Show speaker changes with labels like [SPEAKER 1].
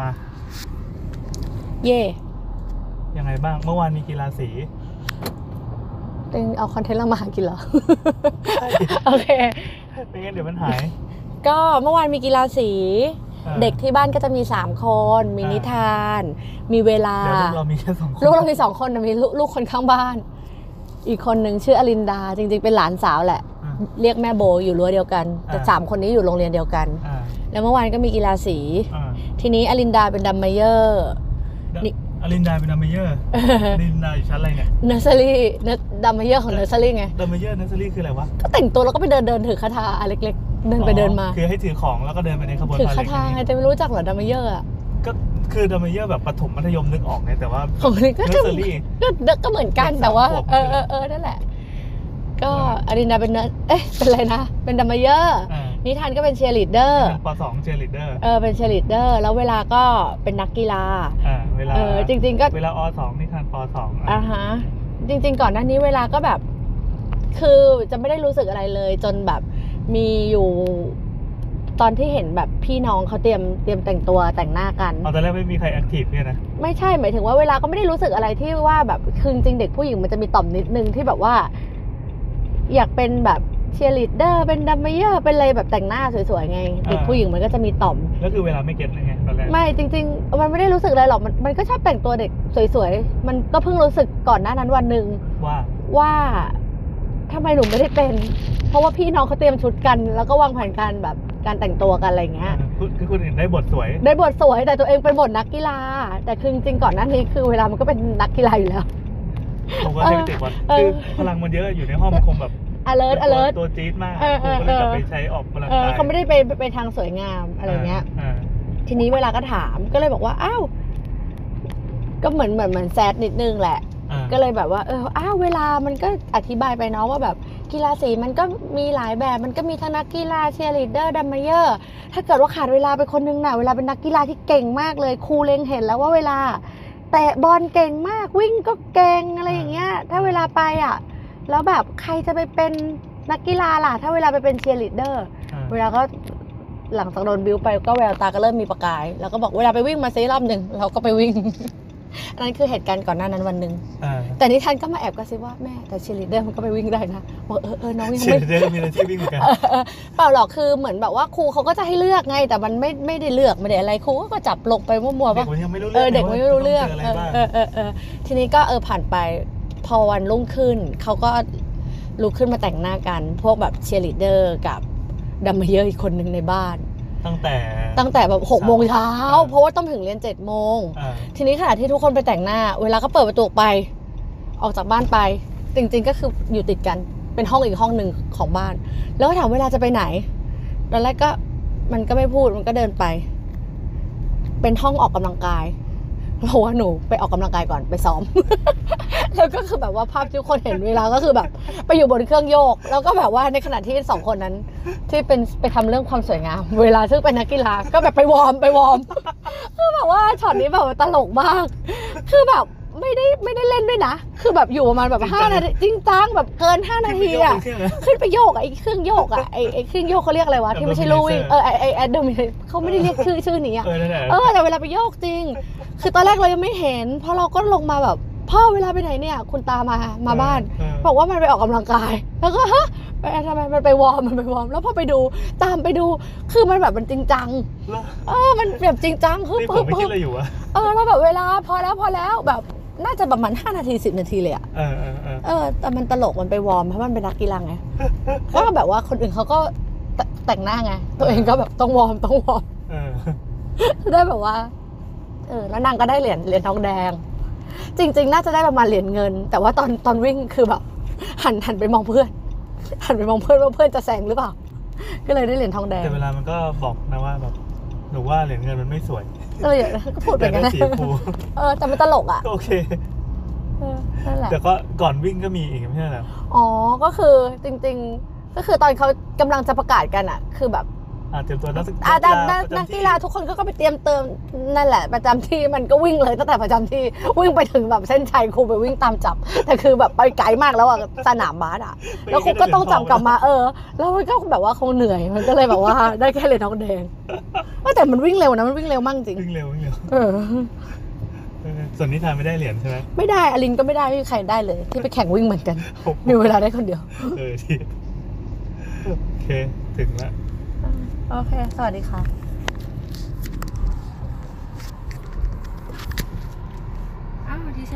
[SPEAKER 1] มา
[SPEAKER 2] เย่
[SPEAKER 1] ยังไงบ้าง เมื่อวานมีกีฬาสี
[SPEAKER 2] เองเอาคอนเทนต์เรามาหากินเหรอ โอเค
[SPEAKER 1] ไม่งั้นเดี๋ยวมันหาย
[SPEAKER 2] ก็เมื่อวานมีกีฬาสี
[SPEAKER 1] ออ
[SPEAKER 2] เด็กที่บ้านก็จะมี 3 คน มี
[SPEAKER 1] อ่านิ
[SPEAKER 2] นิทาน มีเวลา
[SPEAKER 1] เดี๋ยวลูกเรามีแค่สองคน
[SPEAKER 2] ลูกเรามีสองคนนะมีลูกลูกคนข้างบ้าน อีกคนหนึ่งชื่ออลินดา จริงๆ เป็นหลานสาวแหละ
[SPEAKER 1] อ่ะ
[SPEAKER 2] เรียกแม่โบอยู่รั้วเดียวกัน แต่
[SPEAKER 1] อ่า
[SPEAKER 2] สามคนนี้อยู่โรงเรียนเดียวกัน
[SPEAKER 1] อ่ะ
[SPEAKER 2] แล้วเมื่อวานก็มีกีฬาสี
[SPEAKER 1] อ่ะ
[SPEAKER 2] ทีนี้อลินดาเป็นดัมเมเยอร์ นี่
[SPEAKER 1] อลินดาเป็นดัมเมเยอร์อลินดาอยู่ชั้นอะไรเนี่ย
[SPEAKER 2] เนอร์เซอรี่ดัมเมเยอร์ของเนอร์เซอรี่ไง
[SPEAKER 1] ดัมเมเยอร์เนสซอรี่คืออะไรวะ
[SPEAKER 2] ก็แต่งตัวแล้วก็ไปเดินเดินถือคาถาอันเล็กๆ เดินไปเดินมา
[SPEAKER 1] คือให้ถือของแล้วก็เดินไปในขบวน
[SPEAKER 2] ถือ
[SPEAKER 1] พาเห
[SPEAKER 2] คา
[SPEAKER 1] รด
[SPEAKER 2] ถาไงแต่ไม่รู้จักเหรอดัมเมเยอ ร์อะ
[SPEAKER 1] ก็คือดัมเมเยอร์แบบปฐมมัธยมนึกออกไงแต่ว่า
[SPEAKER 2] ของนี่ก็
[SPEAKER 1] เนส
[SPEAKER 2] จะ
[SPEAKER 1] ซอรี่
[SPEAKER 2] ก็ก็เหมือนกันแต่ว่า
[SPEAKER 1] สามขวบ
[SPEAKER 2] เออเออเออนั่นแหละ ก็ อลินดาเป็นเนอเอ๊ะเป็นอะไรนะ เป็นดัมเมเยอร์
[SPEAKER 1] อ่ะ
[SPEAKER 2] นิทานก็เป็นเชียร์ลีดเดอร์
[SPEAKER 1] เป็นปสองเจลิเดอร์
[SPEAKER 2] เออเป็นเชียร์ลีดเดอร์ แล้วเวลาก็เป็นนักกีฬา
[SPEAKER 1] อ่ะเวลา
[SPEAKER 2] เออจริง ๆก็
[SPEAKER 1] เวลาอสองนี่ทานปสองอ่ะ
[SPEAKER 2] อ่าฮะจริง ๆ ก่อนหน้านี้เวลาก็แบบ คือจะไม่ได้รู้สึกอะไรเลย จนแบบมีอยู่ ตอนที่เห็นแบบพี่น้องเขาเตรียมเตรียมแต่งตัวแต่งหน้ากัน
[SPEAKER 1] เอาตอนแรกไม่มีใครแอคทีฟเนี่ยนะ
[SPEAKER 2] ไม่ใช่หมายถึงว่าเวลาก็ไม่ได้รู้สึกอะไรที่ว่าแบบคือจริงๆเด็กผู้หญิงมันจะมีต่อมนิดนึงที่แบบว่า อยากเป็นแบบเชียร์ลีดเดอร์เป็นดัมเมเยอร์เป็นอะไรแบบแต่งหน้าสวยๆไงเด็กผู้หญิงมันก็จะมีต่อม
[SPEAKER 1] แล้วคือเวลาไม่เก็ตเลยไงตอนแรก
[SPEAKER 2] ไม่จริง ๆ มันไม่ได้รู้สึกอะไรหรอกมันมันก็ชอบแต่งตัวเด็กสวยๆ มันก็เพิ่งรู้สึกก่อนหน้านั้นวันหนึ่ง
[SPEAKER 1] ว่า
[SPEAKER 2] ว่าทำไมหนูไม่ได้เป็น เพราะว่าพี่น้องเขาเตรียมชุดกัน แล้วก็วางแผนการแบบการแต่งตัวกันอะไรอย่างเงี้ย
[SPEAKER 1] คือคือคนอื่นได้บทสวย
[SPEAKER 2] ได้บทสวยแต่ตัวเองเป็นบทนักกีฬา แต่คือจริงๆก่อนหน้านี้คือเวลามันก็เป็นนักกีฬาอยู่แล้ว
[SPEAKER 1] ผมก็ให้ไปเตะบอล
[SPEAKER 2] เอ
[SPEAKER 1] คื
[SPEAKER 2] อ
[SPEAKER 1] อพลังมันเยอะอยู่ในห้องมันคงแบบ
[SPEAKER 2] alert
[SPEAKER 1] ตัว
[SPEAKER 2] alert
[SPEAKER 1] ตัวจี๊ดมาก
[SPEAKER 2] เออ
[SPEAKER 1] ผ
[SPEAKER 2] เอ
[SPEAKER 1] ม
[SPEAKER 2] อ
[SPEAKER 1] ก็เลยกลับ
[SPEAKER 2] เออ
[SPEAKER 1] ไปใช้ออกกำลัง
[SPEAKER 2] เออก
[SPEAKER 1] าย
[SPEAKER 2] เขาไม่ได้ไปไปไปทางสวยงามอะไรเงี้ย
[SPEAKER 1] อ่า
[SPEAKER 2] ทีนี้เวลาก็ถามก็เลยบอกว่าอ้าวก็เหมือนเหมือนเหมือนแซดนิดนึงแหละ
[SPEAKER 1] อ่า
[SPEAKER 2] ก็เลยแบบว่าเอออ้าวเวลามันก็อธิบายไปเนาะว่าแบบกีฬาสีมันก็มีหลายแบบมันก็มีทั้งนักกีฬาเชียร์ลีดเดอร์ดัมเมเยอร์ถ้าเกิดว่าขาดเวลาไปคนนึงน่ะเวลาเป็นนักกีฬาที่เก่งมากเลยครูเล็งเห็นแล้วว่าเวลาเตะบอลเก่งมากวิ่งก็เก่งอะไรอย่างเงี้ย ถ้าเวลาไปอ่ะแล้วแบบใครจะไปเป็นนักกีฬาล่ะ ถ้าเวลาไปเป็นเชียร์ลีดเดอร์
[SPEAKER 1] อ่า
[SPEAKER 2] เวลาก็หลังจากโดนบิวไปก็แววตาก็เริ่มมีประกาย แล้วก็บอกเวลาไปวิ่งมาซิรอบหนึ่งเราก็ไปวิ่ง อันนั้นคือเหตุการณ์ก่อนหน้านั้นวันหนึ่ง
[SPEAKER 1] อ่า
[SPEAKER 2] แต่นิทานก็มาแอบกระซิบว่าแม่แต่เชียร์ลีดเดอร์มันก็ไปวิ่งได้นะบอกเออเออน้องยัง
[SPEAKER 1] เชีย
[SPEAKER 2] ไม่
[SPEAKER 1] ร์เดอร์มีอะไรที่วิ่งเหมือนกัน
[SPEAKER 2] เออเปล่าหร อกคือเหมือนแบบว่าครูเขาก็จะให้เลือกไง แต่มันไม่ไม่ได้เลือกไม่ได้อะไรครูก็จับลงไปมั่วๆ
[SPEAKER 1] เด็
[SPEAKER 2] ว่าก
[SPEAKER 1] มันยังไม่รู้
[SPEAKER 2] เอ
[SPEAKER 1] เรื่
[SPEAKER 2] อ
[SPEAKER 1] อง
[SPEAKER 2] เด็กไม่รู้เรื่อง
[SPEAKER 1] ว่าจะต้จ
[SPEAKER 2] เอ
[SPEAKER 1] อะไร
[SPEAKER 2] อ
[SPEAKER 1] บ้าง
[SPEAKER 2] เออเออเออทีนี้ก็เออผ่านไปพอวันรุ่งขึ้นเขาก็ลุกขึ้นมาแต่งหน้ากัน พวกแบบเชียร์ลีดเดอร์กับดัมเมเยอร์อีกคนหนึ่งในบ้าน
[SPEAKER 1] ตั้งแต่
[SPEAKER 2] ตั้งแต่แบบหกโมงเช้า
[SPEAKER 1] เออ
[SPEAKER 2] เพราะว่าต้องถึงเรียนเจ็ดโมง
[SPEAKER 1] อ่า
[SPEAKER 2] ทีนี้ขณะที่ทุกคนไปแต่งหน้า เวลาก็เปิดประตูออกไป ออกจากบ้านไป จริง ๆ ก็คืออยู่ติดกัน เป็นห้องอีกห้องหนึ่งของบ้าน แล้วก็ถามเวลาจะไปไหน ตอนแรกก็มันก็ไม่พูดมันก็เดินไป เป็นห้องออกกำลังกายเราว่าหนูไปออกกำลังกายก่อนไปซ้อม แล้วก็คือแบบว่าภาพที่ทุกคนเห็นเวลาก็คือแบบ ไปอยู่บนเครื่องโยก แล้วก็แบบว่าในขณะที่สองคนนั้น ที่เป็นไปทำเรื่องความสวยงาม เวลาซึ่งเป็นนักกีฬาก็แบบไปวอร์มไปวอร์ม คือแบบว่าช็อตนี้แบบตลกมาก คือแบบไม่ได้ไม่ได้เล่นด้วยนะ คือแบบอยู่ประมาณแบบห้านาทีจริงจังแบบเกินห้านาทีอะ
[SPEAKER 1] ขึ้นไปยกมือเที่ยงน
[SPEAKER 2] ขึ้นไปโยกอะไอ้เครื่องโยก อะไอ้ไอ้เครื่องโยกเขาเรียกอะไรวะ ที่ไม่ใช่ลูวิ่ง
[SPEAKER 1] Abdominator
[SPEAKER 2] เออไอ้ไอ้แอดเดอร์มิเขาไม่ได้เรียกชื่อชื่อนี้
[SPEAKER 1] ะ
[SPEAKER 2] อะ
[SPEAKER 1] เออนั่นแหละ
[SPEAKER 2] เออแต่เวลาไปโยกจริง คือตอนแรกเรายังไม่เห็น เพราะเราก็ลงมาแบบ พ่อเวลาไปไหนเนี่ย คุณตามามาบ้าน
[SPEAKER 1] เออ
[SPEAKER 2] บอกว่ามันไปออกกำลังกาย แล้วก็ฮะไปทำไมมันไปวอร์มมันไปวอร์มแล้วพอไปดูตามไปดูคือมันแบบมันจริงจัง
[SPEAKER 1] แล้ว
[SPEAKER 2] เออมันแบบจริงจังคือ
[SPEAKER 1] นี่ผ
[SPEAKER 2] ปึ๊
[SPEAKER 1] ม
[SPEAKER 2] บ
[SPEAKER 1] ไม่คิด
[SPEAKER 2] ปึ๊บ
[SPEAKER 1] อะไรอยู่วะ
[SPEAKER 2] เออแล้วแบบเวลาพอแล้วพอแล้วแบบน่าจะประมาณ5นาที10 นาทีเลยอะ
[SPEAKER 1] เออเออเออ
[SPEAKER 2] เออแต่มันตลกมันไปวอร์มเพราะมันเป็นนักกีฬา ไง ก็แบบว่าคนอื่นเขาก็แตแต่งหน้าไง ตัวเองก็แบบต้องวอร์มต้องวอร์ม
[SPEAKER 1] เออ
[SPEAKER 2] ได้แบบว่า เออแล้วนางก็ได้เหรียญเหรียญทองแดง จริง ๆ น่าจะได้ประมาณเหรียญเงิน แต่ว่าตอนตอนวิ่งคือแบบ หันหันไปมองเพื่อน หันไปมองเพื่อนว่าเพื่อนจะแซงหรือเปล่า ก็เลยได้เหรียญทองแดง
[SPEAKER 1] แต่เวลามันก็บอกนะว่าแบบหนูว่าเหรียญเงินมันไม่สวย
[SPEAKER 2] ก็เลยก็พูดไป
[SPEAKER 1] แต่
[SPEAKER 2] กั
[SPEAKER 1] ได้
[SPEAKER 2] นนะ
[SPEAKER 1] สีฟู
[SPEAKER 2] เออแต่มันตลกอ่ะ
[SPEAKER 1] ก็โอเค
[SPEAKER 2] เออนั่นแหละ
[SPEAKER 1] แต่ก็ก่อนวิ่งก็มีอีกไม่ใช่เหรอ
[SPEAKER 2] อ๋อ ก็คือจริงๆ ก็คือตอนเขากำลังจะประกาศกันอะคือแบบ
[SPEAKER 1] อ่าเตรียมตัวนักศึก
[SPEAKER 2] อาจารย์
[SPEAKER 1] นั
[SPEAKER 2] นัก
[SPEAKER 1] ประจำ
[SPEAKER 2] นักกีฬาทุกคนก็ก็ไปเตรียมเติมนั่นแหละ ประจำที่มันก็วิ่งเลยตั้งแต่ประจำที่ วิ่งไปถึงแบบเส้นชัยครูไปวิ่งตามจับ แต่คือแบบไปไกลมากแล้วอะสนามบาสอะแล้วครูก็ต้องจับกลับมาเออ แล้วมันก็แบบว่าคงเหนื่อยมันก็เลยแบบว่า ได้แค่เหรียญทองแดงว่าแต่มันวิ่งเร็วนะมันวิ่งเร็วมากจริง
[SPEAKER 1] วิ่งเร็ววิ่งเร็ว
[SPEAKER 2] เออ
[SPEAKER 1] เออส่วนนิทานไม่ได้เหรียญใช่ไหม
[SPEAKER 2] ไม่ได้อลินก็ไม่ได้ไม่มีใครได้เลย ที่ไปแข่งวิ่งเหมือนกัน
[SPEAKER 1] โอ้โห
[SPEAKER 2] มีเวลาได้คนเดียว
[SPEAKER 1] เออดีโอเค ถึงละ
[SPEAKER 2] โอเค สวัสดีค่ะ